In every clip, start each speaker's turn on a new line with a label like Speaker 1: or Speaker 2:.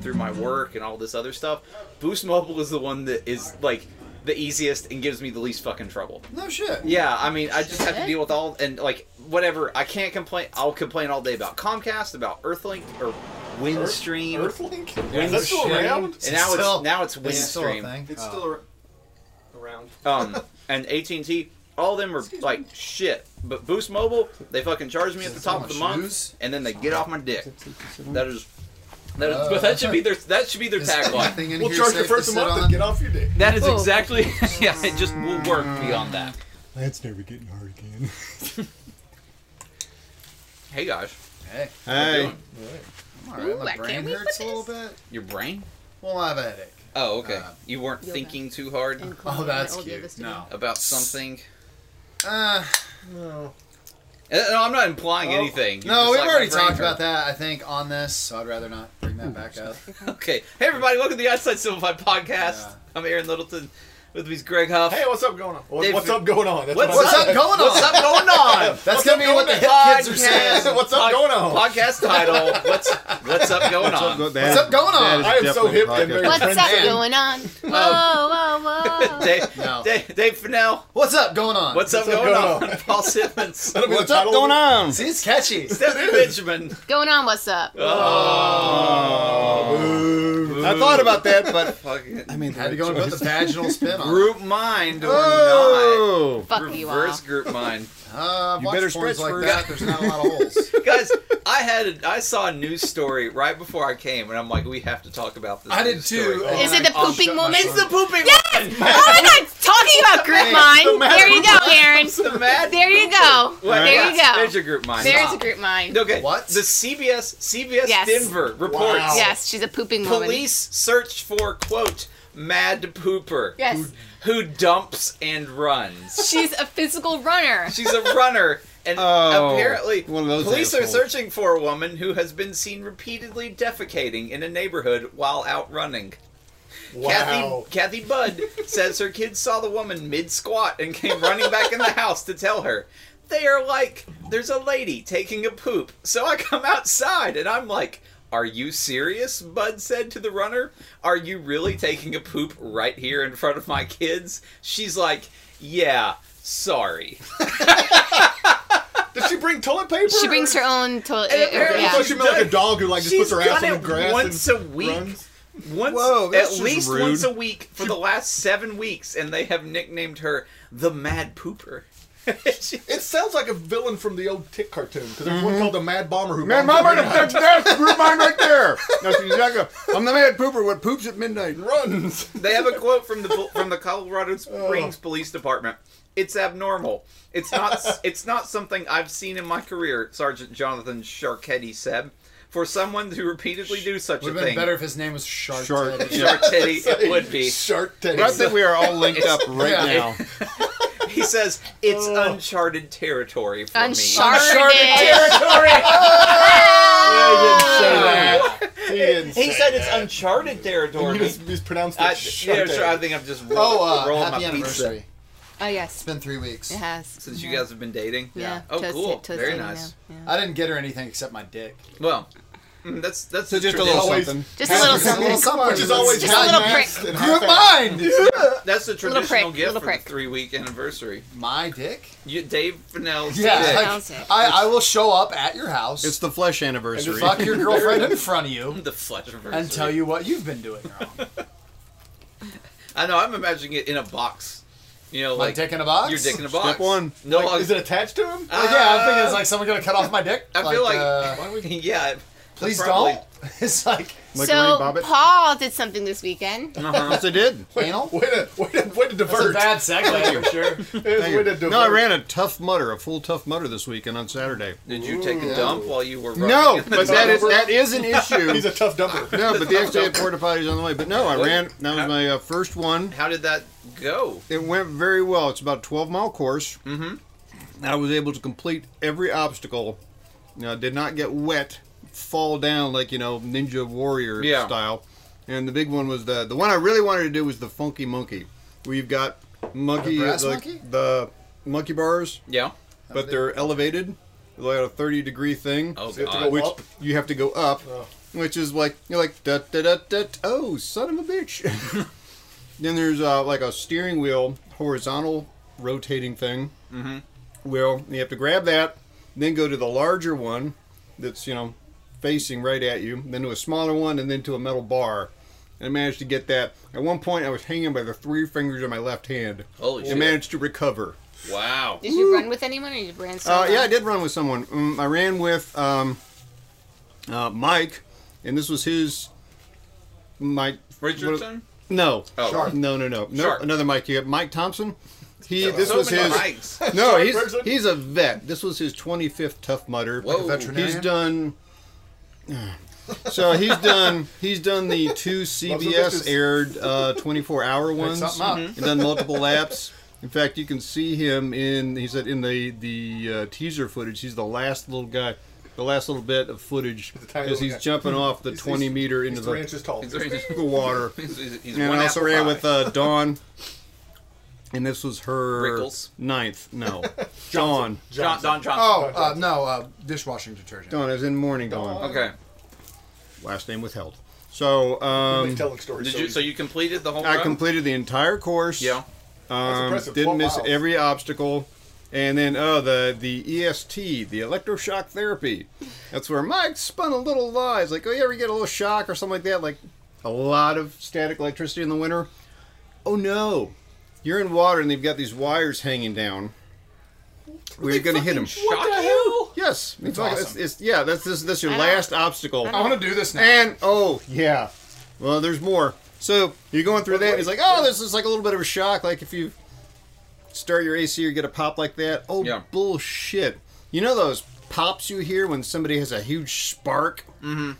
Speaker 1: through my work and all this other stuff, Boost Mobile is the one that is like the easiest and gives me the least fucking trouble.
Speaker 2: No shit.
Speaker 1: Yeah, I mean, I just have to
Speaker 3: Shit.
Speaker 1: deal with all and like whatever. I can't complain. I'll complain all day about Comcast, about Earthlink or Windstream.
Speaker 2: Earthlink?
Speaker 1: Yeah.
Speaker 2: Is that still
Speaker 4: Shit.
Speaker 2: around?
Speaker 1: and now
Speaker 2: Still-
Speaker 1: it's now it's
Speaker 2: is it still a
Speaker 1: Windstream.
Speaker 2: thing?
Speaker 4: It's
Speaker 2: Oh.
Speaker 4: still ar- around.
Speaker 1: Um, and AT and T. All of them are like shit. But Boost Mobile, they fucking charge me at the top of the month, and then they get off my dick. That is. That is,
Speaker 2: Uh,
Speaker 1: but that should be their that should be their
Speaker 2: Is there
Speaker 1: tagline.
Speaker 2: anything in
Speaker 4: We'll
Speaker 2: here
Speaker 4: charge you
Speaker 2: safe
Speaker 4: first
Speaker 2: to
Speaker 4: a
Speaker 2: sit
Speaker 4: month
Speaker 2: on?
Speaker 4: and get off your dick.
Speaker 1: That is
Speaker 3: Oh.
Speaker 1: exactly yeah. It just will work beyond that.
Speaker 5: That's never getting hard again.
Speaker 1: Hey guys,
Speaker 2: Hey,
Speaker 1: hey.
Speaker 2: I'm all right.
Speaker 3: Ooh,
Speaker 2: my
Speaker 3: I
Speaker 2: brain
Speaker 3: can't wait
Speaker 2: hurts
Speaker 3: for
Speaker 2: a little
Speaker 3: this.
Speaker 2: bit.
Speaker 1: your brain?
Speaker 2: Well, I have a headache.
Speaker 1: Oh, okay.
Speaker 2: Uh,
Speaker 1: you weren't
Speaker 3: yoga.
Speaker 1: thinking too hard
Speaker 3: And
Speaker 2: Oh,
Speaker 3: Chloe
Speaker 2: that's
Speaker 3: and I all gave this
Speaker 2: cute.
Speaker 3: to
Speaker 2: No.
Speaker 1: about something.
Speaker 2: Uh,
Speaker 4: No.
Speaker 1: Uh, No, I'm not implying
Speaker 4: Oh.
Speaker 1: anything. You're
Speaker 2: no,
Speaker 1: just
Speaker 2: we've
Speaker 1: like,
Speaker 2: already
Speaker 1: my brain
Speaker 2: talked about
Speaker 1: hurt.
Speaker 2: that, I think, on this, so I'd rather not bring that back up.
Speaker 1: Okay. Hey, everybody, welcome to the Outside Simplified podcast.
Speaker 2: Yeah.
Speaker 1: I'm Aaron Littleton. With me is Greg Huff.
Speaker 4: Hey, what's up going on? What-
Speaker 1: They've-
Speaker 4: what's up going on? That's
Speaker 1: What's
Speaker 4: what I
Speaker 2: What's up
Speaker 4: said.
Speaker 2: going on?
Speaker 1: What's up going on?
Speaker 2: That's going to be what the hip kids are saying.
Speaker 4: What's up
Speaker 1: pod-
Speaker 4: going on?
Speaker 1: Podcast title. What's What's up going on?
Speaker 2: What's up going on?
Speaker 4: I am so hip and very-
Speaker 3: What's up
Speaker 2: Man.
Speaker 3: going on?
Speaker 1: Oh.
Speaker 3: Whoa, whoa, whoa.
Speaker 1: Dave,
Speaker 2: No.
Speaker 1: Dave, Dave Fennell.
Speaker 2: What's up going on?
Speaker 1: What's, up,
Speaker 4: What's up
Speaker 1: going,
Speaker 4: going
Speaker 1: on? Paul Simmons.
Speaker 4: That'll be the
Speaker 5: What's up
Speaker 4: title.
Speaker 5: going on?
Speaker 2: See, it's catchy.
Speaker 1: Stephanie Benjamin.
Speaker 3: Going on, what's up?
Speaker 1: Oh.
Speaker 2: Uh,
Speaker 5: I thought about that, but
Speaker 1: Fucking
Speaker 5: I mean,
Speaker 2: Had to go and put the vaginal spin on. it.
Speaker 1: group mind or not.
Speaker 5: Oh,
Speaker 3: Fuck you all.
Speaker 1: Reverse group mind.
Speaker 2: Uh, I've
Speaker 5: You
Speaker 2: watched
Speaker 5: better
Speaker 2: porns
Speaker 5: stretch
Speaker 2: like
Speaker 5: first.
Speaker 2: that. There's not a lot of holes.
Speaker 1: Guys, I had a, I saw a news story right before I came, and I'm like, we have to talk about this.
Speaker 2: I did
Speaker 1: news
Speaker 2: too.
Speaker 1: story.
Speaker 2: and
Speaker 3: Is it the
Speaker 2: I- I'll
Speaker 3: pooping
Speaker 2: shut my
Speaker 3: woman?
Speaker 2: phone.
Speaker 1: It's the pooping
Speaker 3: Yes!
Speaker 1: one.
Speaker 3: Oh my god, talking about group
Speaker 2: Man,
Speaker 3: mind.
Speaker 2: the
Speaker 3: There you go,
Speaker 2: mad
Speaker 3: Aaron.
Speaker 1: The mad.
Speaker 3: There you go.
Speaker 1: Wait,
Speaker 3: There you go.
Speaker 1: There's your group mind.
Speaker 3: There's a group mind.
Speaker 1: Okay.
Speaker 2: What?
Speaker 1: The CBS CBS
Speaker 3: Yes.
Speaker 1: Denver reports.
Speaker 4: Wow.
Speaker 3: Yes, she's a pooping woman.
Speaker 1: Police search for quote mad pooper
Speaker 3: Yes.
Speaker 1: who dumps and runs.
Speaker 3: She's a physical runner.
Speaker 1: She's a runner. And
Speaker 5: Oh,
Speaker 1: apparently,
Speaker 5: one of those
Speaker 1: police
Speaker 5: assholes.
Speaker 1: are searching for a woman who has been seen repeatedly defecating in a neighborhood while out running.
Speaker 4: Wow.
Speaker 1: Kathy, Kathy Budd says her kids saw the woman mid squat and came running back in the house to tell her. They are like, there's a lady taking a poop. So I come outside and I'm like, are you serious? Bud said to the runner. Are you really taking a poop right here in front of my kids? She's like, yeah, sorry.
Speaker 4: Did she bring toilet paper?
Speaker 3: She brings her own toilet.
Speaker 1: And
Speaker 4: Okay,
Speaker 1: apparently
Speaker 3: yeah.
Speaker 4: I thought she meant like a dog who like just
Speaker 1: She's
Speaker 4: puts her ass
Speaker 1: done
Speaker 4: on
Speaker 1: it
Speaker 4: the grass
Speaker 1: once
Speaker 4: and
Speaker 1: a week.
Speaker 4: runs.
Speaker 1: Once,
Speaker 5: Whoa, that's
Speaker 1: at
Speaker 5: just
Speaker 1: least
Speaker 5: rude.
Speaker 1: once a week for the last seven weeks, and they have nicknamed her the Mad Pooper. She-
Speaker 4: It sounds like a villain from the old Tick cartoon because there's one called the Mad Bomber who.
Speaker 5: man,
Speaker 4: bombs
Speaker 5: mama,
Speaker 4: every night
Speaker 5: that's, that's group mind right there. That's exactly. I'm the mad pooper. What poops at midnight?
Speaker 4: and runs.
Speaker 1: They have a quote from the from the
Speaker 4: Oh.
Speaker 1: Colorado Springs Police Department. It's abnormal. It's not. It's not something I've seen in my career. Sergeant Jonathan Sharketti said, "For someone to repeatedly do such
Speaker 2: Would
Speaker 1: a
Speaker 2: have been
Speaker 1: thing,
Speaker 2: better if his name was Shark.
Speaker 5: Shark.
Speaker 2: Teddy.
Speaker 5: Yeah.
Speaker 1: Sharketti, it would be."
Speaker 4: Shark Teddy.
Speaker 5: But I think we are all linked up right
Speaker 2: Yeah.
Speaker 5: now.
Speaker 1: He says it's
Speaker 4: Oh.
Speaker 1: uncharted territory for me.
Speaker 3: Uncharted.
Speaker 4: territory.
Speaker 2: Yeah.
Speaker 4: He didn't say
Speaker 1: He said it's uncharted territory.
Speaker 4: He just mispronounced it.
Speaker 1: I,
Speaker 4: Shark
Speaker 1: yeah,
Speaker 4: Teddy.
Speaker 1: sure, I think I'm just roll,
Speaker 2: Oh, uh,
Speaker 1: rolling
Speaker 2: happy
Speaker 1: my pizza
Speaker 2: anniversary.
Speaker 3: Oh
Speaker 2: It's
Speaker 3: yes,
Speaker 2: been three weeks.
Speaker 3: it has.
Speaker 1: since you guys have been dating.
Speaker 3: Yeah.
Speaker 1: Oh,
Speaker 3: toasted-
Speaker 1: cool.
Speaker 3: toasted,
Speaker 1: Very
Speaker 3: you
Speaker 1: nice.
Speaker 3: know, yeah.
Speaker 2: I didn't get her anything except my dick.
Speaker 1: Well, mm, that's that's
Speaker 5: So
Speaker 1: the
Speaker 5: just a
Speaker 1: tradition-
Speaker 5: little
Speaker 4: Always-
Speaker 5: something.
Speaker 3: Just a little
Speaker 2: Just a
Speaker 3: something.
Speaker 2: little something.
Speaker 4: Which is always
Speaker 3: Just a little
Speaker 4: half-assed
Speaker 3: prick.
Speaker 4: and
Speaker 2: Group
Speaker 4: half-assed.
Speaker 2: mind.
Speaker 1: That's the
Speaker 3: Little prick,
Speaker 1: traditional gift for the
Speaker 3: little prick.
Speaker 1: three week anniversary.
Speaker 2: My dick.
Speaker 1: You, Dave Fennell's
Speaker 2: Yeah,
Speaker 1: dick.
Speaker 2: like,
Speaker 3: Sounds it.
Speaker 2: I, I will show up at your house.
Speaker 5: It's the flesh anniversary.
Speaker 2: fuck your girlfriend in front of you
Speaker 1: the flesh anniversary.
Speaker 2: and tell you what you've been doing wrong.
Speaker 1: I know. I'm imagining it in a box. You know,
Speaker 2: My
Speaker 1: like
Speaker 2: dick in a box.
Speaker 1: your dick in a box.
Speaker 5: Step one.
Speaker 1: No,
Speaker 4: Like,
Speaker 1: longer-
Speaker 4: is it attached to him?
Speaker 1: Uh,
Speaker 2: Like, yeah, I'm thinking it's like someone gonna cut off my dick.
Speaker 1: I feel like,
Speaker 2: uh,
Speaker 1: yeah. it-
Speaker 2: please
Speaker 1: probably-
Speaker 2: don't. It's like
Speaker 5: Like
Speaker 3: so
Speaker 5: Lorraine Bobbitt?
Speaker 3: Paul did something this weekend.
Speaker 1: Uh-huh.
Speaker 5: Yes, I did.
Speaker 2: anal.
Speaker 4: Way to, way to, way
Speaker 2: That's
Speaker 4: to
Speaker 2: a
Speaker 4: divert.
Speaker 2: bad segue for sure.
Speaker 4: It was
Speaker 5: Thank
Speaker 4: way
Speaker 5: you.
Speaker 4: to divert.
Speaker 5: No, I ran a tough mutter, a full tough mutter this weekend on Saturday.
Speaker 1: Did you take a dump while you were? running
Speaker 5: No,
Speaker 1: in the
Speaker 5: but that
Speaker 1: dark?
Speaker 5: is that is an
Speaker 4: He's
Speaker 5: issue.
Speaker 4: a tough dumper.
Speaker 5: No, but they actually had porta potties on the way. But no, I
Speaker 1: What?
Speaker 5: ran. That was my uh, first one.
Speaker 1: How did that go?
Speaker 5: It went very well. It's about a 12 mile course. Mm-hmm. I was able to complete every obstacle. You know, I did not get wet, fall down like, you know, Ninja Warrior
Speaker 1: Yeah.
Speaker 5: style. And the big one was the the one I really wanted to do was the Funky Monkey, where you've got monkey
Speaker 2: The brass
Speaker 5: like
Speaker 2: monkey?
Speaker 5: the monkey bars,
Speaker 1: Yeah.
Speaker 5: but they're elevated. like a 30 degree thing.
Speaker 1: Oh,
Speaker 4: So you have to
Speaker 1: God.
Speaker 4: go
Speaker 5: which
Speaker 4: up?
Speaker 5: you have to go up,
Speaker 4: Oh.
Speaker 5: which is like you're like da da da da. Oh, son of a bitch! then there's uh, like a steering wheel horizontal rotating thing. Mm-hmm. Wheel. and You have to grab that, then go to the larger one that's you know facing right at you, then to a smaller one, and then to a metal bar. And I managed to get that. At one point, I was hanging by the three fingers of my left hand.
Speaker 1: Holy
Speaker 5: and
Speaker 1: shit.
Speaker 5: managed to recover.
Speaker 1: Wow.
Speaker 3: Did you run with anyone or you ran solo?
Speaker 5: Uh, yeah, I did run with someone. Mm, I ran with um, uh, Mike, and this was his Mike
Speaker 1: Richardson?
Speaker 5: No,
Speaker 1: Oh. Sharp.
Speaker 5: no, no, no, no.
Speaker 1: Sharp.
Speaker 5: Another Mike. You got Mike Thompson. He. This
Speaker 1: so
Speaker 5: was
Speaker 1: many
Speaker 5: his.
Speaker 1: mics.
Speaker 5: No, he's
Speaker 4: person.
Speaker 5: he's a vet. This was his 25th Tough Mudder.
Speaker 1: Whoa.
Speaker 2: veterinarian?
Speaker 5: He's done. So he's done. He's done the two CBS
Speaker 4: bitches.
Speaker 5: aired uh, 24 hour ones.
Speaker 2: something up.
Speaker 5: And done multiple laps. In fact, you can see him in. He said in the the uh, teaser footage. He's the last little guy. The last little bit of footage
Speaker 4: tiny
Speaker 5: as
Speaker 4: little
Speaker 5: he's
Speaker 4: guy.
Speaker 5: jumping off the
Speaker 4: He's-
Speaker 5: 20
Speaker 4: he's-
Speaker 5: meter into
Speaker 4: He's three inches tall.
Speaker 1: He's, he's,
Speaker 5: the water.
Speaker 1: he's, he's
Speaker 5: And
Speaker 1: one
Speaker 5: I also
Speaker 1: apple
Speaker 5: ran
Speaker 1: pie.
Speaker 5: with uh, Dawn. And this was her
Speaker 1: Rickles.
Speaker 5: ninth. No, Dawn.
Speaker 1: John, Don Johnson.
Speaker 2: Oh uh, no, uh, dishwashing detergent.
Speaker 5: Dawn. I was in morning Dawn.
Speaker 1: Oh, Okay.
Speaker 5: Last name withheld. So
Speaker 4: He's
Speaker 5: um,
Speaker 4: telling stories.
Speaker 1: Did you? So you completed the whole?
Speaker 5: I
Speaker 1: run?
Speaker 5: completed the entire course.
Speaker 1: Yeah.
Speaker 5: Um,
Speaker 4: impressive.
Speaker 5: didn't
Speaker 4: 12
Speaker 5: miss
Speaker 4: miles.
Speaker 5: every obstacle. And then oh the the EST, the electroshock therapy. That's where Mike spun a little lies like, oh you ever get a little shock or something like that? Like a lot of static electricity in the winter. Oh no. You're in water and they've got these wires hanging down. We're gonna hit them.
Speaker 1: Shock you?
Speaker 5: Yes. It's, like-
Speaker 2: awesome.
Speaker 5: it's- it's- yeah, that's this that's your
Speaker 3: I don't-
Speaker 5: last obstacle.
Speaker 2: I want to do this now.
Speaker 5: And oh yeah, well there's more. So you're going through that.
Speaker 4: wait,
Speaker 5: It's like oh, this is like a little bit of a shock. Like if you start your AC or get a pop like that. Oh
Speaker 1: Yeah.
Speaker 5: bullshit! You know those pops you hear when somebody has a huge spark. Mm-hmm.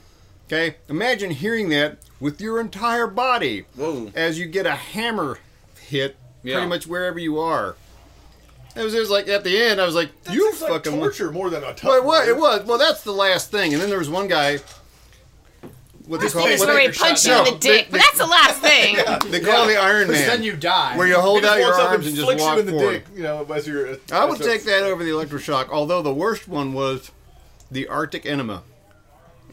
Speaker 5: Okay, imagine hearing that with your entire body
Speaker 1: Whoa.
Speaker 5: as you get a hammer hit
Speaker 1: Yeah.
Speaker 5: pretty much wherever you are. It was, it was like at the end, I was like,
Speaker 4: That
Speaker 5: "You
Speaker 4: seems like
Speaker 5: fucking
Speaker 4: torture more than a tough.
Speaker 5: well, it was, it
Speaker 4: mother.
Speaker 5: was. Well, that's the last thing. And then there was one guy. What they call
Speaker 3: There's
Speaker 5: what
Speaker 3: where he
Speaker 5: they,
Speaker 3: punched you
Speaker 5: No,
Speaker 3: in the
Speaker 5: they-
Speaker 3: dick, but that's the last thing.
Speaker 5: they call the Iron
Speaker 2: Because
Speaker 5: Man,
Speaker 2: then you die.
Speaker 5: where you hold
Speaker 4: He just
Speaker 5: out your
Speaker 4: walks up
Speaker 5: arms and just
Speaker 4: flicks
Speaker 5: walk
Speaker 4: you in the
Speaker 5: forward.
Speaker 4: dick, you know, as you're.
Speaker 5: I would take that over the electroshock. Although the worst one was the Arctic enema.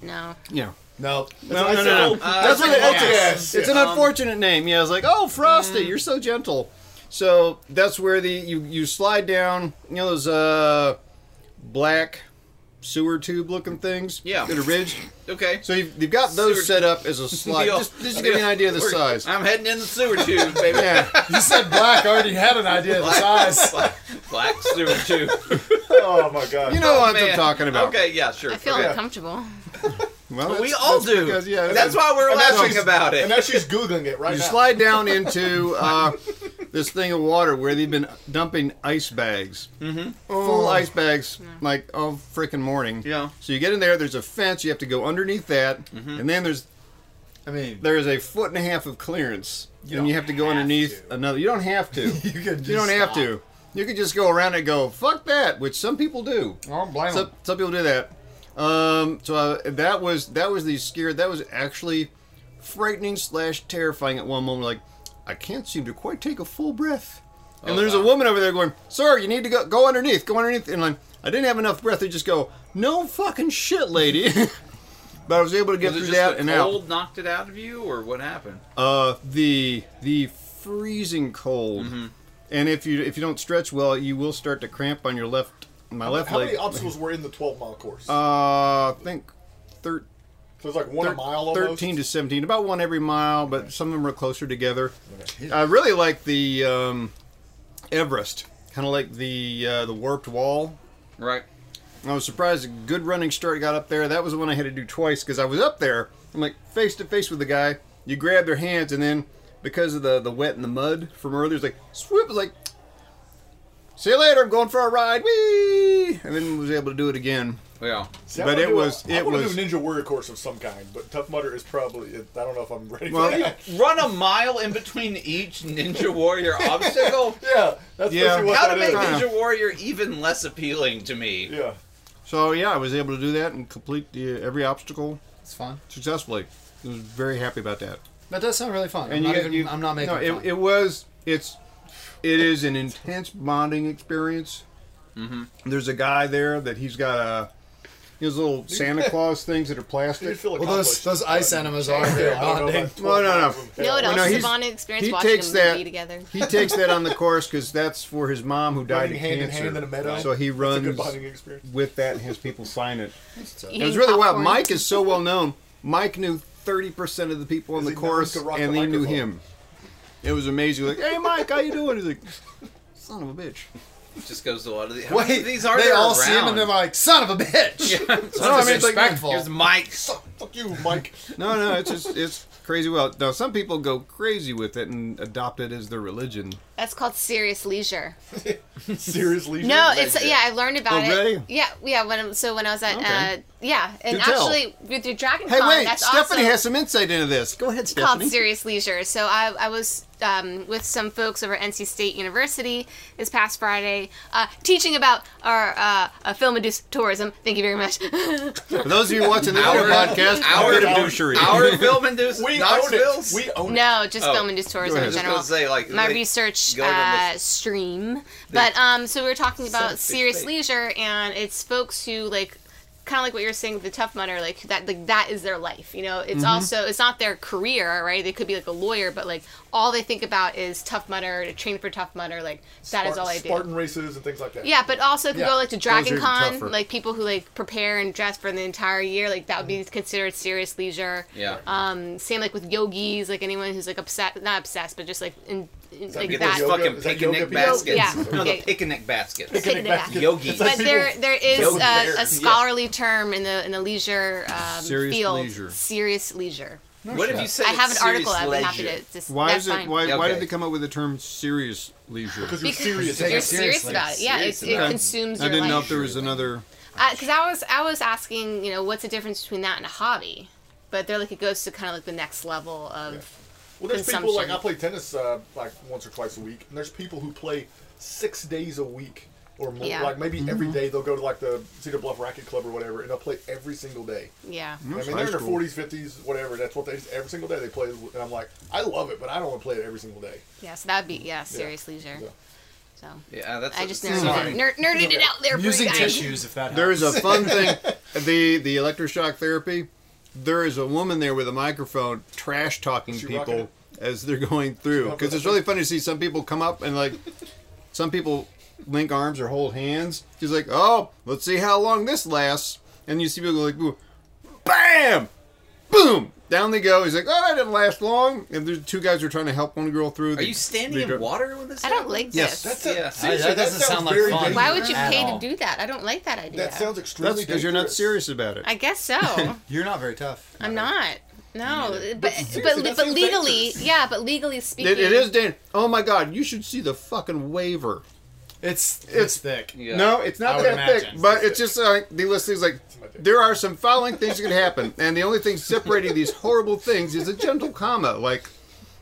Speaker 3: No.
Speaker 5: Yeah.
Speaker 2: no.
Speaker 5: No, no, no, no.
Speaker 4: Uh,
Speaker 5: that's what
Speaker 2: like
Speaker 5: it, that's
Speaker 2: gas.
Speaker 5: it. It's an unfortunate name. Yeah, I was like, oh, Frosty, you're so gentle. So that's where the you you slide down. You know those uh, black sewer tube looking things.
Speaker 1: Yeah.
Speaker 5: Got a ridge.
Speaker 1: Okay.
Speaker 5: So you've, you've got those
Speaker 1: Sewer-
Speaker 5: set up as a slide.
Speaker 1: Yo,
Speaker 5: just, just to give you an idea of the
Speaker 1: we're-
Speaker 5: size.
Speaker 1: I'm heading in the sewer tube, baby.
Speaker 5: Yeah.
Speaker 2: You said black. I already had an idea of the size.
Speaker 1: Black, black sewer tube.
Speaker 4: Oh my god.
Speaker 5: You know what
Speaker 1: Man.
Speaker 5: I'm talking about.
Speaker 1: Okay, yeah, sure.
Speaker 3: I feel
Speaker 1: okay.
Speaker 3: uncomfortable.
Speaker 5: Well,
Speaker 1: But we
Speaker 5: that's-
Speaker 1: all
Speaker 5: that's
Speaker 1: do.
Speaker 5: because- yeah,
Speaker 1: that's why we're
Speaker 4: And that's
Speaker 1: laughing
Speaker 4: just-
Speaker 1: about
Speaker 4: and
Speaker 1: it.
Speaker 4: now she's googling it right
Speaker 5: You
Speaker 4: now.
Speaker 5: slide down into uh, this thing of water where they've been dumping ice bags, mm-hmm.
Speaker 2: Oh.
Speaker 5: full ice bags, like all freaking morning.
Speaker 1: Yeah. Mm-hmm.
Speaker 5: So you get in there. There's a fence. You have to go underneath that, and then there's
Speaker 2: I mean,
Speaker 5: there is a foot and a half of clearance, and
Speaker 2: don't
Speaker 5: you have to go
Speaker 2: have
Speaker 5: underneath
Speaker 2: to.
Speaker 5: another. You don't have to. you,
Speaker 2: you could. Just
Speaker 5: don't have
Speaker 2: stop.
Speaker 5: to. You can just go around and go fuck that, which some people do.
Speaker 2: I don't blame
Speaker 5: Some,
Speaker 2: them.
Speaker 5: some people do that. Um, so uh, that was that was the scare. That was actually frightening slash terrifying at one moment. Like I can't seem to quite take a full breath. And
Speaker 1: Oh,
Speaker 5: there's a
Speaker 1: wow.
Speaker 5: woman over there going, "Sir, you need to go go underneath, go underneath." And like I didn't have enough breath to just go, "No fucking shit, lady." but I was able to get
Speaker 1: Was it
Speaker 5: through
Speaker 1: just
Speaker 5: that
Speaker 1: the
Speaker 5: and out.
Speaker 1: cold knocked it out of you, or what happened?
Speaker 5: Uh, the the freezing cold,
Speaker 1: Mm-hmm.
Speaker 5: and if you if you don't stretch well, you will start to cramp on your left my left
Speaker 4: How
Speaker 5: leg.
Speaker 4: many obstacles were in the 12 mile course?
Speaker 5: Uh, I think thir-
Speaker 4: so it's like one a
Speaker 5: thir-
Speaker 4: mile almost.
Speaker 5: 13 to 17, about one every mile, but some of them are closer together. I really like the um, Everest, kind of like the uh, the warped wall.
Speaker 1: Right.
Speaker 5: I was surprised a good running start got up there. That was the one I had to do twice because I was up there. I'm like face to face with the guy. You grab their hands, and then because of the, the wet and the mud from earlier, it's like swoop. It's like see you later. I'm going for a ride. Wee! And then was able to do it again.
Speaker 1: Yeah.
Speaker 4: See, I
Speaker 5: but
Speaker 4: wanna
Speaker 5: it
Speaker 4: do a-
Speaker 5: was-
Speaker 4: I
Speaker 5: it
Speaker 4: wanna
Speaker 5: was-
Speaker 4: do a Ninja Warrior course of some kind, but Tough Mudder is probably. I don't know if I'm ready
Speaker 5: Well-
Speaker 4: for that.
Speaker 1: Run a mile in between each Ninja Warrior obstacle.
Speaker 4: Yeah, that's
Speaker 5: Yeah.
Speaker 4: basically what
Speaker 1: How to
Speaker 4: that
Speaker 1: make
Speaker 4: is.
Speaker 5: it-
Speaker 1: Ninja Warrior even less appealing to me?
Speaker 4: Yeah.
Speaker 5: So yeah, I was able to do that and complete the, every obstacle
Speaker 2: It's fun.
Speaker 5: successfully. I was very happy about that.
Speaker 2: That does sound really fun. I'm,
Speaker 5: And you,
Speaker 2: not even,
Speaker 5: you-
Speaker 2: I'm not making
Speaker 5: no, it,
Speaker 2: fun.
Speaker 5: it was it's it is an intense bonding experience There's a guy there that he's got a his little Santa Claus things that
Speaker 4: You
Speaker 5: are
Speaker 4: did
Speaker 5: plastic.
Speaker 4: feel
Speaker 2: Well, those
Speaker 4: accomplished.
Speaker 2: those ice enemas are
Speaker 4: Yeah,
Speaker 2: very
Speaker 4: I don't know
Speaker 2: bonding.
Speaker 4: about
Speaker 5: No, no, no.
Speaker 4: 12
Speaker 3: No,
Speaker 4: hours.
Speaker 3: it
Speaker 5: Well,
Speaker 3: also
Speaker 5: no, he's-
Speaker 3: Savannah experienced
Speaker 5: he
Speaker 3: watching
Speaker 5: takes
Speaker 3: a movie
Speaker 5: that-
Speaker 3: together.
Speaker 5: He takes that on the course because that's for his mom who died
Speaker 4: Running
Speaker 5: of
Speaker 4: hand in
Speaker 5: cancer.
Speaker 4: hand in a meadow.
Speaker 5: So he
Speaker 4: It's a
Speaker 5: runs
Speaker 4: good bonding experience.
Speaker 5: with that and has people sign it. It
Speaker 3: Eating
Speaker 5: was really wild.
Speaker 3: popcorn.
Speaker 5: Mike is so well known. Mike knew 30% of the people on
Speaker 4: Is
Speaker 5: the
Speaker 4: he known
Speaker 5: chorus,
Speaker 4: to rock
Speaker 5: and
Speaker 4: the
Speaker 5: they knew
Speaker 4: microphone?
Speaker 5: him. It was amazing. Like, hey, Mike, how you doing? He's like, son of a bitch.
Speaker 1: Just goes to a lot of the, how many
Speaker 2: Wait,
Speaker 1: of these are
Speaker 2: they
Speaker 1: there
Speaker 2: all
Speaker 1: around?
Speaker 2: see him and they're like, "Son of a bitch!"
Speaker 5: No, I
Speaker 2: That's
Speaker 5: mean, it's like-
Speaker 2: disrespectful.
Speaker 1: Here's Mike.
Speaker 4: Fuck- Fuck you, Mike.
Speaker 5: No, no, it's just it's crazy. Well, now some people go crazy with it and adopt it as their religion.
Speaker 3: That's called serious leisure.
Speaker 4: Seriously?
Speaker 3: No,
Speaker 4: dude?
Speaker 3: it's yeah. I learned about
Speaker 5: Oh,
Speaker 3: it.
Speaker 5: really?
Speaker 3: Yeah, yeah. When so when I was at
Speaker 5: Okay.
Speaker 3: uh, yeah, and
Speaker 5: Do tell.
Speaker 3: actually with your Dragon
Speaker 5: Hey,
Speaker 3: Con,
Speaker 5: wait,
Speaker 3: Oh, that's
Speaker 5: Stephanie
Speaker 3: also
Speaker 5: has some insight into this. Go ahead,
Speaker 3: called
Speaker 5: Stephanie.
Speaker 3: serious leisure. So I I was um, with some folks over at NC State University this past Friday uh, teaching about our uh, uh, film induced tourism. Thank you very much.
Speaker 5: For those of you watching this
Speaker 1: Our-
Speaker 5: podcast,
Speaker 1: our-
Speaker 5: our douchery.
Speaker 1: Our film induced
Speaker 4: We own it.
Speaker 1: Knoxville's.
Speaker 4: We own it.
Speaker 3: no, just
Speaker 1: Oh,
Speaker 3: film induced tourism
Speaker 5: ahead.
Speaker 3: in
Speaker 5: Just
Speaker 1: I was
Speaker 3: general.
Speaker 1: gonna say like
Speaker 3: my
Speaker 1: like,
Speaker 3: research
Speaker 1: go to
Speaker 3: uh,
Speaker 1: this-
Speaker 3: stream. But um, so we were talking about
Speaker 1: Selfish
Speaker 3: serious
Speaker 1: fake.
Speaker 3: leisure, and it's folks who like kind of like what you're saying with the tough mudder, like that like that is their life. You know, it's also it's not their career, right? They could be like a lawyer, but like all they think about is tough mudder, to train for tough mudder, like that is
Speaker 4: Spart-
Speaker 3: all I do.
Speaker 4: Spartan races and things like that.
Speaker 3: Yeah, but also if you
Speaker 2: Yeah,
Speaker 3: go like to Dragon
Speaker 5: even
Speaker 3: Con,
Speaker 5: tougher.
Speaker 3: like people who like prepare and dress for the entire year, like that would be considered serious leisure.
Speaker 1: Yeah.
Speaker 3: Um, same like with yogis, like anyone who's like obsessed, not obsessed, but just like in, in
Speaker 4: that
Speaker 3: like
Speaker 1: Get
Speaker 3: that.
Speaker 1: those
Speaker 4: yoga-
Speaker 1: fucking
Speaker 4: is that
Speaker 1: picnic
Speaker 4: yoga
Speaker 1: baskets.
Speaker 3: Yeah.
Speaker 1: No, the
Speaker 3: Okay.
Speaker 1: picnic baskets.
Speaker 3: Picnic basket.
Speaker 1: Yogi.
Speaker 4: It's
Speaker 3: But
Speaker 4: like
Speaker 3: there,
Speaker 4: people-
Speaker 3: there is
Speaker 1: Go
Speaker 3: a,
Speaker 1: there.
Speaker 3: a scholarly term in the in the leisure um,
Speaker 5: Serious
Speaker 3: field.
Speaker 5: leisure.
Speaker 3: Serious leisure.
Speaker 1: What if you said
Speaker 3: I have an
Speaker 1: it's
Speaker 3: article.
Speaker 1: serious
Speaker 3: I'd be happy
Speaker 1: leisure?
Speaker 3: to. Just,
Speaker 5: Why
Speaker 3: that's
Speaker 5: is it?
Speaker 3: fine.
Speaker 5: Why, why
Speaker 1: Okay.
Speaker 5: did they come up with the term serious leisure?
Speaker 4: Because you're
Speaker 3: Because
Speaker 4: serious.
Speaker 3: you're
Speaker 4: about it.
Speaker 2: Take it
Speaker 3: serious
Speaker 2: seriously.
Speaker 3: about it. Yeah,
Speaker 1: Serious
Speaker 3: it, it
Speaker 1: about it.
Speaker 3: consumes
Speaker 5: I
Speaker 3: your
Speaker 5: didn't know if
Speaker 3: life.
Speaker 5: there was another.
Speaker 3: Because I was I was asking, you know, what's the difference between that and a hobby? But they're like it goes to kind of like the next level of.
Speaker 4: Well, there's people like
Speaker 3: consumption.
Speaker 4: I play tennis uh, like once or twice a week, and there's people who play six days a week or more.
Speaker 3: Yeah.
Speaker 4: Like maybe every day they'll go to like the Cedar Bluff Racket Club or whatever, and they'll play every single day.
Speaker 3: Yeah.
Speaker 4: I
Speaker 5: That's
Speaker 4: mean, they're
Speaker 5: high
Speaker 4: in their
Speaker 5: school.
Speaker 4: forties, fifties, whatever. That's what they every single day they play. And I'm like, I love it, but I don't want to play it every single day.
Speaker 3: Yeah. So that'd be yeah, serious leisure.
Speaker 4: Yeah.
Speaker 3: So
Speaker 1: Yeah, that's.
Speaker 3: I just
Speaker 1: so-
Speaker 3: nerded,
Speaker 2: Sorry.
Speaker 3: ner- nerded it out there for
Speaker 2: Using
Speaker 3: you guys.
Speaker 2: tissues, if that helps.
Speaker 5: There's a fun thing. The the electroshock therapy. There is a woman there with a microphone, trash talking
Speaker 4: She
Speaker 5: people
Speaker 4: rocking
Speaker 5: as they're going through. Because it's really funny to see some people come up and like, some people link arms or hold hands. She's like, "Oh, let's see how long this lasts." And you see people go like, "Ooh, "Bam, boom." Down they go. He's like, "Oh, that didn't last long." And there's two guys who are trying to help one girl through.
Speaker 1: Are you standing in water when this?
Speaker 3: I don't
Speaker 1: happens?
Speaker 3: like this.
Speaker 5: Yes.
Speaker 4: That's a,
Speaker 1: Yeah.
Speaker 4: seriously,
Speaker 2: that doesn't
Speaker 4: sounds
Speaker 2: sound like
Speaker 4: very
Speaker 2: fun.
Speaker 4: dangerous.
Speaker 3: Why would you
Speaker 2: At
Speaker 3: pay
Speaker 2: all.
Speaker 3: to do that? I don't like that idea.
Speaker 4: That sounds extremely
Speaker 5: That's because you're not
Speaker 4: dangerous.
Speaker 5: serious about it.
Speaker 3: I guess so.
Speaker 2: You're not very tough.
Speaker 3: I'm not. No, but
Speaker 4: seriously,
Speaker 3: but,
Speaker 4: that
Speaker 3: but
Speaker 4: seems
Speaker 3: legally, yeah, but legally speaking,
Speaker 5: It, it is dangerous. Oh my god, you should see the fucking waiver.
Speaker 2: It's it's thick.
Speaker 1: Yeah.
Speaker 5: No, it's
Speaker 2: I
Speaker 5: not
Speaker 2: would
Speaker 5: that
Speaker 2: imagine.
Speaker 5: thick, but it's just like the list is like there are some following things that can happen, and the only thing separating these horrible things is a gentle comma, like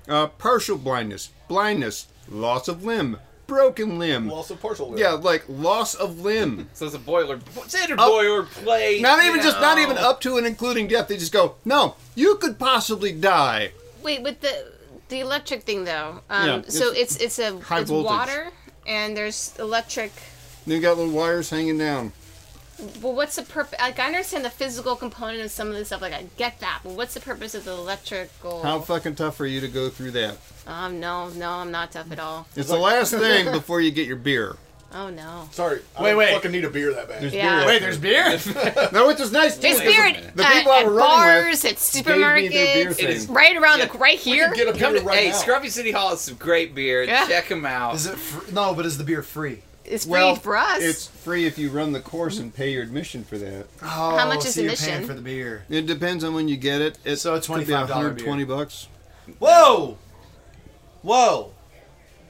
Speaker 5: uh, partial blindness, blindness, loss of limb, broken limb.
Speaker 4: Well, also partial. limb.
Speaker 5: yeah, like loss of limb.
Speaker 1: So it's a boiler. Standard boilerplate.
Speaker 5: Not even
Speaker 1: you
Speaker 5: just not
Speaker 1: know.
Speaker 5: even up to and including death. They just go, no, you could possibly die.
Speaker 3: Wait, with the the electric thing though. Um,
Speaker 5: Yeah,
Speaker 3: so it's it's a
Speaker 5: high
Speaker 3: it's
Speaker 5: voltage.
Speaker 3: water and there's electric.
Speaker 5: Then you got little wires hanging down.
Speaker 3: Well, what's the purpose? Like, I understand the physical component of some of this stuff. Like, I get that. But what's the purpose of the electrical?
Speaker 5: How fucking tough are you to go through that?
Speaker 3: um, no, no, I'm not tough at all.
Speaker 5: It's the last thing before you get your beer.
Speaker 3: Oh no.
Speaker 4: Sorry. I
Speaker 2: Wait,
Speaker 4: don't
Speaker 2: wait.
Speaker 4: Fucking need a beer that bad.
Speaker 3: Yeah.
Speaker 2: Wait, there's beer.
Speaker 5: No, it's just nice.
Speaker 3: There's
Speaker 5: too.
Speaker 3: beer at,
Speaker 5: The
Speaker 3: at,
Speaker 5: people I
Speaker 3: at
Speaker 5: were running with
Speaker 3: bars, at
Speaker 5: gave me their beer
Speaker 3: supermarkets,
Speaker 5: thing.
Speaker 1: is-
Speaker 3: right around
Speaker 1: Yeah.
Speaker 3: the right here.
Speaker 4: You Get a beer
Speaker 1: Come to,
Speaker 4: right
Speaker 1: hey,
Speaker 4: now.
Speaker 1: Scruffy City Hall has some great beer.
Speaker 3: Yeah.
Speaker 1: Check them out.
Speaker 2: Is it fr- no? But is the beer free?
Speaker 3: It's free
Speaker 5: Well,
Speaker 3: for us.
Speaker 5: It's free if you run the course and pay your admission for that.
Speaker 2: Oh,
Speaker 3: much is
Speaker 2: so you're
Speaker 3: admission?
Speaker 2: paying for the beer?
Speaker 5: It depends on when you get it. It's
Speaker 2: So a
Speaker 5: could be
Speaker 2: $25 beer.
Speaker 5: 120 bucks.
Speaker 2: Whoa, whoa,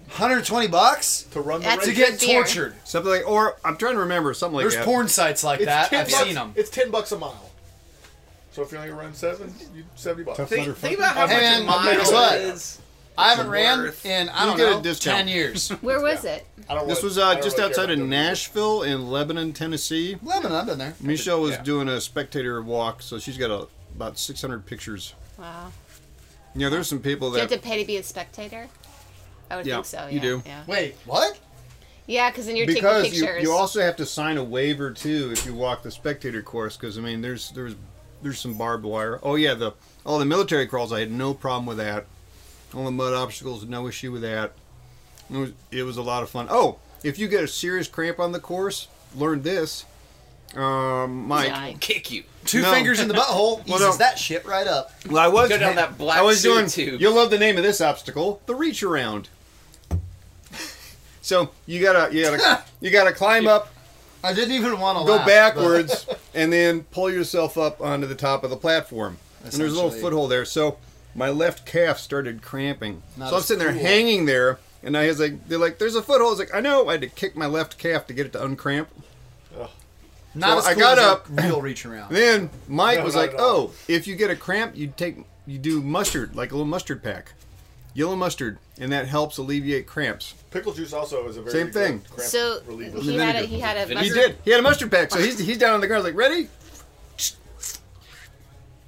Speaker 2: 120 bucks
Speaker 4: to run the
Speaker 3: That's
Speaker 4: race.
Speaker 2: to
Speaker 3: a
Speaker 2: get
Speaker 3: good beer.
Speaker 2: tortured.
Speaker 5: Something like, or I'm trying to remember something like
Speaker 2: There's
Speaker 5: that.
Speaker 2: porn sites like that.
Speaker 4: 10
Speaker 2: I've
Speaker 4: bucks,
Speaker 2: seen them.
Speaker 4: It's ten bucks a mile. So if you're only gonna run seven, you seventy bucks.
Speaker 5: Tough.
Speaker 1: think, think about how
Speaker 2: Hey, man, I'll
Speaker 1: much a
Speaker 2: tell you
Speaker 1: mile
Speaker 2: what.
Speaker 1: it is.
Speaker 2: I haven't
Speaker 1: the
Speaker 2: ran
Speaker 1: worth.
Speaker 2: in
Speaker 5: You
Speaker 2: I don't
Speaker 5: get a
Speaker 2: know
Speaker 5: discount.
Speaker 2: 10 years.
Speaker 3: Where was it?
Speaker 4: I don't
Speaker 5: This
Speaker 4: really-
Speaker 5: was
Speaker 4: I
Speaker 5: uh,
Speaker 4: don't really
Speaker 5: just
Speaker 4: care
Speaker 5: outside
Speaker 4: about
Speaker 5: of
Speaker 4: those.
Speaker 5: Nashville in Lebanon, Tennessee.
Speaker 2: Lemon, I've been there.
Speaker 5: Michelle was
Speaker 4: Yeah.
Speaker 5: doing a spectator walk, so she's got a, about 600 pictures.
Speaker 3: Wow.
Speaker 5: You know, there's some people
Speaker 3: Do you have to
Speaker 5: that
Speaker 3: pay to be a spectator? I would
Speaker 5: Yeah,
Speaker 3: think so. Yeah,
Speaker 5: you do.
Speaker 3: Yeah.
Speaker 2: Wait, what?
Speaker 3: Yeah, because then you're
Speaker 5: because
Speaker 3: taking
Speaker 5: you,
Speaker 3: pictures.
Speaker 5: you also have to sign a waiver too if you walk the spectator course because I mean there's there's there's some barbed wire. Oh yeah, the all the military crawls I had no problem with that. All the mud obstacles, no issue with that. It was it was a lot of fun. Oh, if you get a serious cramp on the course, learn this. Um, Mike,
Speaker 3: Die.
Speaker 1: Kick you.
Speaker 2: Two
Speaker 5: No.
Speaker 2: fingers in the butthole eases
Speaker 5: Well, no.
Speaker 2: that shit right up.
Speaker 5: Well, I was
Speaker 1: Go down that black
Speaker 5: I was
Speaker 1: sewer
Speaker 5: doing.
Speaker 1: tube.
Speaker 5: You'll love the name of this obstacle: the reach around. So you gotta you gotta you gotta climb up,
Speaker 2: I didn't even want to
Speaker 5: go backwards, and then pull yourself up onto the top of the platform. And there's a little
Speaker 2: Essentially.
Speaker 5: foothold there. So my left calf started cramping.
Speaker 2: Not
Speaker 5: so I'm
Speaker 2: as
Speaker 5: sitting there
Speaker 2: cool.
Speaker 5: hanging there, and I was like, they're like, there's a foothold. I was like, I know. I had to kick my left calf to get it to uncramp.
Speaker 2: Not
Speaker 5: So
Speaker 2: as
Speaker 5: I
Speaker 2: cool
Speaker 5: got
Speaker 2: as a
Speaker 5: up.
Speaker 2: Real reach around.
Speaker 5: Then Mike
Speaker 4: No,
Speaker 5: was
Speaker 4: not
Speaker 5: like,
Speaker 4: at all.
Speaker 5: "Oh, if you get a cramp, you take you do mustard, like a little mustard pack, yellow mustard, and that helps alleviate cramps."
Speaker 4: Pickle juice also is a very
Speaker 5: Same
Speaker 4: good
Speaker 5: thing.
Speaker 4: cramp
Speaker 3: so
Speaker 4: reliever.
Speaker 3: he had a he had a
Speaker 1: Vinegar.
Speaker 5: He
Speaker 3: mustard-
Speaker 5: did. He had a mustard pack, so he's he's down on the ground like, "Ready?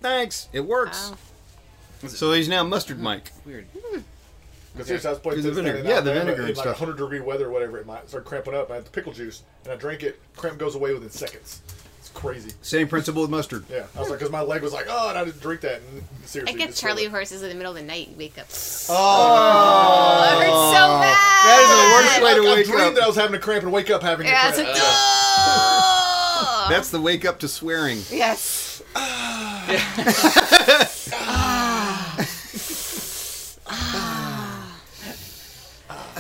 Speaker 5: Thanks, it works."
Speaker 3: Wow.
Speaker 5: So he's now mustard Mike.
Speaker 1: Weird.
Speaker 4: Because here's how I was playing
Speaker 5: Because the
Speaker 4: tennis
Speaker 5: vinegar-
Speaker 4: the other
Speaker 5: yeah, the
Speaker 4: night,
Speaker 5: vinegar
Speaker 4: in
Speaker 5: and
Speaker 4: like
Speaker 5: stuff.
Speaker 4: 100 degree weather, whatever it might start cramping up. I had the pickle juice and I drank it. Cramp goes away within seconds. It's crazy.
Speaker 5: Same principle with mustard.
Speaker 4: Yeah, I was like, because my leg was like, oh, and I didn't drink that. And
Speaker 3: I
Speaker 4: seriously,
Speaker 3: get
Speaker 4: just
Speaker 3: Charlie
Speaker 4: feel it.
Speaker 3: horses in the middle of the night. You wake up.
Speaker 2: Oh,
Speaker 3: Oh, it hurts so bad.
Speaker 5: That is the worst way to
Speaker 4: I
Speaker 5: wake
Speaker 4: dreamed
Speaker 5: up.
Speaker 4: that I was having a cramp and wake up having
Speaker 3: Yeah,
Speaker 4: a
Speaker 3: it's
Speaker 4: cramp.
Speaker 3: like, "Oh!"
Speaker 5: That's the wake up to swearing.
Speaker 3: yes.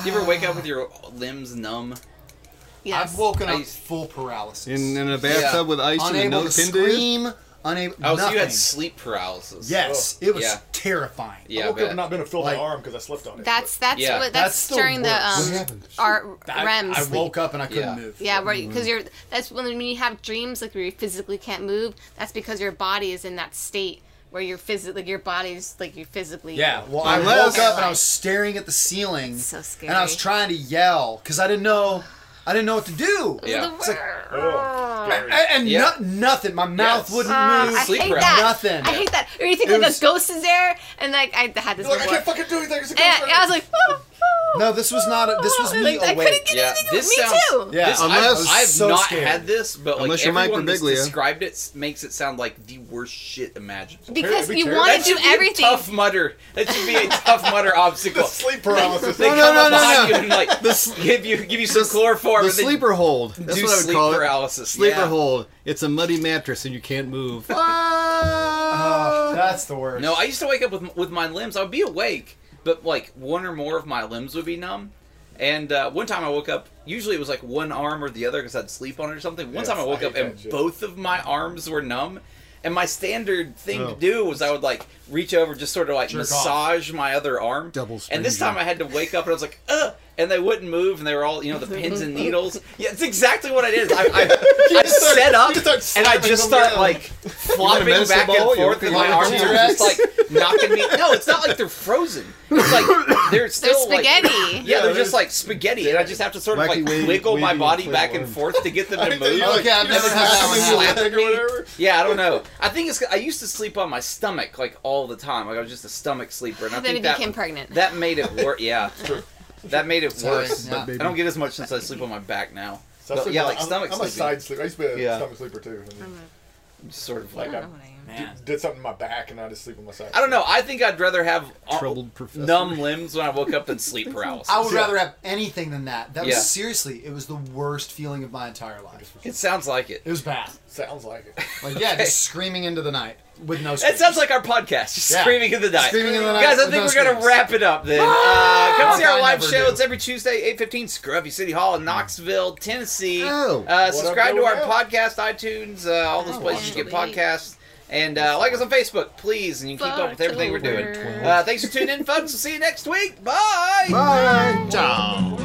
Speaker 1: You ever wake up with your limbs numb?
Speaker 3: Yes.
Speaker 2: I've woken up
Speaker 1: Ice.
Speaker 2: full paralysis.
Speaker 5: In, in a bathtub
Speaker 1: Yeah.
Speaker 5: with ice and
Speaker 2: unable
Speaker 5: no
Speaker 2: to
Speaker 5: pin to you.
Speaker 2: scream. Unable.
Speaker 1: Oh, so
Speaker 2: nothing.
Speaker 1: you had sleep paralysis.
Speaker 2: Yes, it was
Speaker 1: Yeah.
Speaker 2: terrifying.
Speaker 1: Yeah,
Speaker 4: I
Speaker 1: I
Speaker 4: woke up
Speaker 1: bet.
Speaker 4: and not been able to feel
Speaker 2: Like-
Speaker 4: my arm because I slept on it.
Speaker 3: that's that's
Speaker 1: Yeah.
Speaker 3: what
Speaker 2: That's
Speaker 3: that's,
Speaker 2: the
Speaker 3: during the
Speaker 2: worst.
Speaker 3: um
Speaker 2: What happened?
Speaker 3: our
Speaker 2: I,
Speaker 3: REM
Speaker 2: I
Speaker 3: sleep.
Speaker 2: woke up and I couldn't
Speaker 1: Yeah.
Speaker 2: move.
Speaker 3: Yeah, right. Because you're that's when when you have dreams like where you physically can't move. That's because your body is in that state where you're physically like your body's like you physically.
Speaker 2: Yeah, well, I
Speaker 5: Unless-
Speaker 2: woke up and I was staring at the ceiling,
Speaker 3: so scary.
Speaker 2: and I was trying to yell because I didn't know, I didn't know what to do,
Speaker 3: It was
Speaker 1: Yeah.
Speaker 3: the
Speaker 1: It's
Speaker 3: worst.
Speaker 4: Oh,
Speaker 2: A-
Speaker 4: scary.
Speaker 2: and
Speaker 1: Yeah.
Speaker 2: no- nothing. My mouth
Speaker 1: Yes.
Speaker 2: wouldn't
Speaker 3: Ah,
Speaker 2: move.
Speaker 3: I
Speaker 1: Sleep
Speaker 3: hate
Speaker 1: paralysis.
Speaker 3: that.
Speaker 2: Nothing.
Speaker 3: I hate that. Or you think
Speaker 2: It
Speaker 3: like
Speaker 2: was-
Speaker 3: a ghost is there, and like I had this.
Speaker 4: You're like, I
Speaker 3: before.
Speaker 4: can't fucking do anything. It's a
Speaker 3: and,
Speaker 4: cramp.
Speaker 3: and I was like, "Oh, oh,
Speaker 2: No, this was not a- this was
Speaker 3: oh,"
Speaker 2: me
Speaker 3: like, I
Speaker 2: awake.
Speaker 3: couldn't get
Speaker 1: Yeah,
Speaker 3: anything.
Speaker 1: this
Speaker 3: me
Speaker 1: sounds-
Speaker 3: too.
Speaker 2: Yeah.
Speaker 1: This,
Speaker 5: Unless-
Speaker 1: I've, I've
Speaker 2: so
Speaker 1: not
Speaker 2: scared.
Speaker 1: had this, but like
Speaker 5: Unless you're
Speaker 1: everyone that's
Speaker 5: microglia.
Speaker 1: described it s- makes it sound like the worst shit imaginable.
Speaker 3: Because
Speaker 4: It'd be
Speaker 3: you
Speaker 4: terrible.
Speaker 3: want
Speaker 1: That
Speaker 3: to do
Speaker 1: should be a
Speaker 3: everything.
Speaker 1: Tough mutter. That should be a tough mutter obstacle.
Speaker 4: the sleep paralysis.
Speaker 1: They
Speaker 5: No,
Speaker 1: come
Speaker 5: no, no,
Speaker 1: up
Speaker 5: no,
Speaker 1: behind
Speaker 5: no.
Speaker 1: you and like give you give you some chloroform.
Speaker 5: The
Speaker 1: and then
Speaker 5: sleeper hold. That's
Speaker 1: do
Speaker 5: what I would
Speaker 1: sleep
Speaker 5: call it.
Speaker 1: paralysis.
Speaker 5: Sleeper
Speaker 1: yeah.
Speaker 5: hold. It's a muddy mattress and you can't move.
Speaker 2: Oh, that's the worst.
Speaker 1: No, I used to wake up with with my limbs. I'd be awake, but like one or more of my limbs would be numb. And uh, one time I woke up. Usually it was like one arm or the other because I'd sleep on it or something. One
Speaker 4: Yes,
Speaker 1: time I
Speaker 4: I
Speaker 1: woke
Speaker 4: hate
Speaker 1: up and
Speaker 4: that shit.
Speaker 1: both of my arms were numb. And my standard thing
Speaker 5: Oh.
Speaker 1: to do was I would like reach over, just sort of like massage my other arm.
Speaker 5: Double
Speaker 1: And this
Speaker 5: stranger.
Speaker 1: time I had to wake up and I was like, ugh. And they wouldn't move, and they were all, you know, the pins and needles. Yeah, it's exactly what it is. I, I, I
Speaker 4: start-
Speaker 1: set up,
Speaker 4: you start
Speaker 1: and I
Speaker 4: slamming
Speaker 1: just
Speaker 4: them
Speaker 1: start
Speaker 4: down.
Speaker 1: like flopping
Speaker 5: medicine
Speaker 1: back and
Speaker 5: ball? You
Speaker 1: forth,
Speaker 5: want
Speaker 1: and my
Speaker 5: the
Speaker 1: arms are
Speaker 5: T-Rex?
Speaker 1: just like knocking me. No, it's not like they're frozen. It's like they're
Speaker 3: They're
Speaker 1: still like-
Speaker 3: spaghetti.
Speaker 1: yeah, they're
Speaker 4: Yeah,
Speaker 1: just like spaghetti, and I just have to sort of
Speaker 5: Wacky
Speaker 1: like
Speaker 5: wave-
Speaker 1: wiggle my
Speaker 5: waving
Speaker 1: body
Speaker 5: inflatable
Speaker 1: back and
Speaker 5: arms.
Speaker 1: forth to get them
Speaker 4: I
Speaker 1: to
Speaker 4: think that
Speaker 1: move.
Speaker 4: you,
Speaker 2: Okay, I've
Speaker 4: you
Speaker 2: never had
Speaker 4: slap
Speaker 2: that
Speaker 4: me
Speaker 1: one.
Speaker 4: with a leg or whatever.
Speaker 1: Yeah, I don't know. I think it's. I used to sleep on my stomach like all the time. Like I was just a stomach sleeper, and I
Speaker 3: Then you
Speaker 1: think that
Speaker 3: became pregnant.
Speaker 1: that made it worse. Yeah, that made it worse.
Speaker 2: Yeah.
Speaker 1: I don't get as much since I sleep on my back now.
Speaker 4: So I
Speaker 1: But
Speaker 4: sleep-
Speaker 1: yeah, like
Speaker 4: I'm-
Speaker 1: stomach
Speaker 4: I'm a
Speaker 1: sleeping.
Speaker 4: side sleeper. I used to be a
Speaker 1: Yeah.
Speaker 4: stomach sleeper too. I mean,
Speaker 1: Sort of
Speaker 3: I
Speaker 1: like.
Speaker 3: don't know what I am.
Speaker 2: Man.
Speaker 4: Did something in my back and I just sleep on my side.
Speaker 1: I don't know. I think I'd rather have uh,
Speaker 5: Troubled professor.
Speaker 1: numb limbs when I woke up than sleep paralysis.
Speaker 2: I would rather have anything than that. That
Speaker 1: Yeah.
Speaker 2: was seriously, it was the worst feeling of my entire life.
Speaker 1: It sounds like it.
Speaker 2: It was bad.
Speaker 4: Sounds like it.
Speaker 2: Like yeah, just screaming into the night with no.
Speaker 1: That sounds like our podcast, just
Speaker 2: Yeah.
Speaker 1: screaming in the night.
Speaker 2: Screaming in the night
Speaker 1: Guys, I
Speaker 2: with
Speaker 1: think
Speaker 2: no
Speaker 1: we're going
Speaker 2: screams. Ah!
Speaker 1: to wrap it up then. Uh, come see
Speaker 2: I
Speaker 1: our live
Speaker 2: never Hmm.
Speaker 1: show.
Speaker 2: do.
Speaker 1: It's every Tuesday, 8.15, Scruffy City Hall in Knoxville, Tennessee.
Speaker 5: Oh.
Speaker 1: uh, subscribe
Speaker 4: up,
Speaker 1: to our
Speaker 4: Joel?
Speaker 1: podcast, iTunes, uh, all those
Speaker 2: Oh,
Speaker 1: places you get
Speaker 3: sweet.
Speaker 1: podcasts. And uh, like us on Facebook, please, and you can keep up with everything we're doing.
Speaker 3: Forward.
Speaker 1: Uh, thanks for tuning in, folks. We'll see you next week. Bye.
Speaker 5: Bye. Ciao.